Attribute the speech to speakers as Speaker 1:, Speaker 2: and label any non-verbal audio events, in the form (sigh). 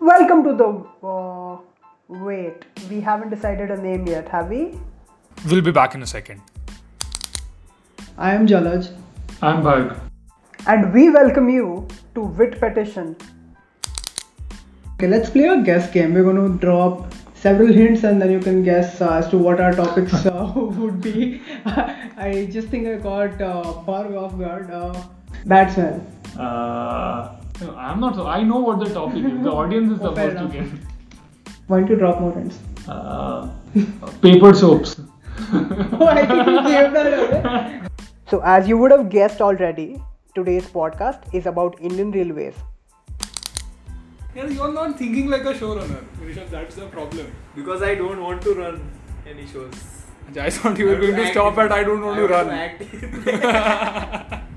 Speaker 1: Welcome to the. Uh, wait, we haven't decided a name yet, have we?
Speaker 2: We'll be back in a second.
Speaker 1: I am Jalaj,
Speaker 3: I'm Bharg.
Speaker 1: and we welcome you to Wit Petition.
Speaker 4: Okay, let's play a guess game. We're going to drop several hints and then you can guess uh, as to what our topics uh, (laughs) would be. I just think I got uh, far off guard. Uh, batsman.
Speaker 3: Uh, no, I'm not. So, I know what the topic is. The audience is
Speaker 4: Oh, fair
Speaker 3: supposed to get.
Speaker 4: Why don't you drop more hints?
Speaker 3: Uh, paper soaps.
Speaker 4: Oh, (laughs) I think you gave that away.
Speaker 1: So, as you would have guessed already, today's podcast is about Indian Railways.
Speaker 5: Yes, you're not thinking like a showrunner, Rishabh. That's the problem.
Speaker 6: because I don't want to run any shows.
Speaker 5: I thought you were
Speaker 6: I was
Speaker 5: going to stop
Speaker 6: acting. (laughs)
Speaker 5: at I don't want
Speaker 6: I
Speaker 5: to
Speaker 6: want
Speaker 5: run.
Speaker 6: to act.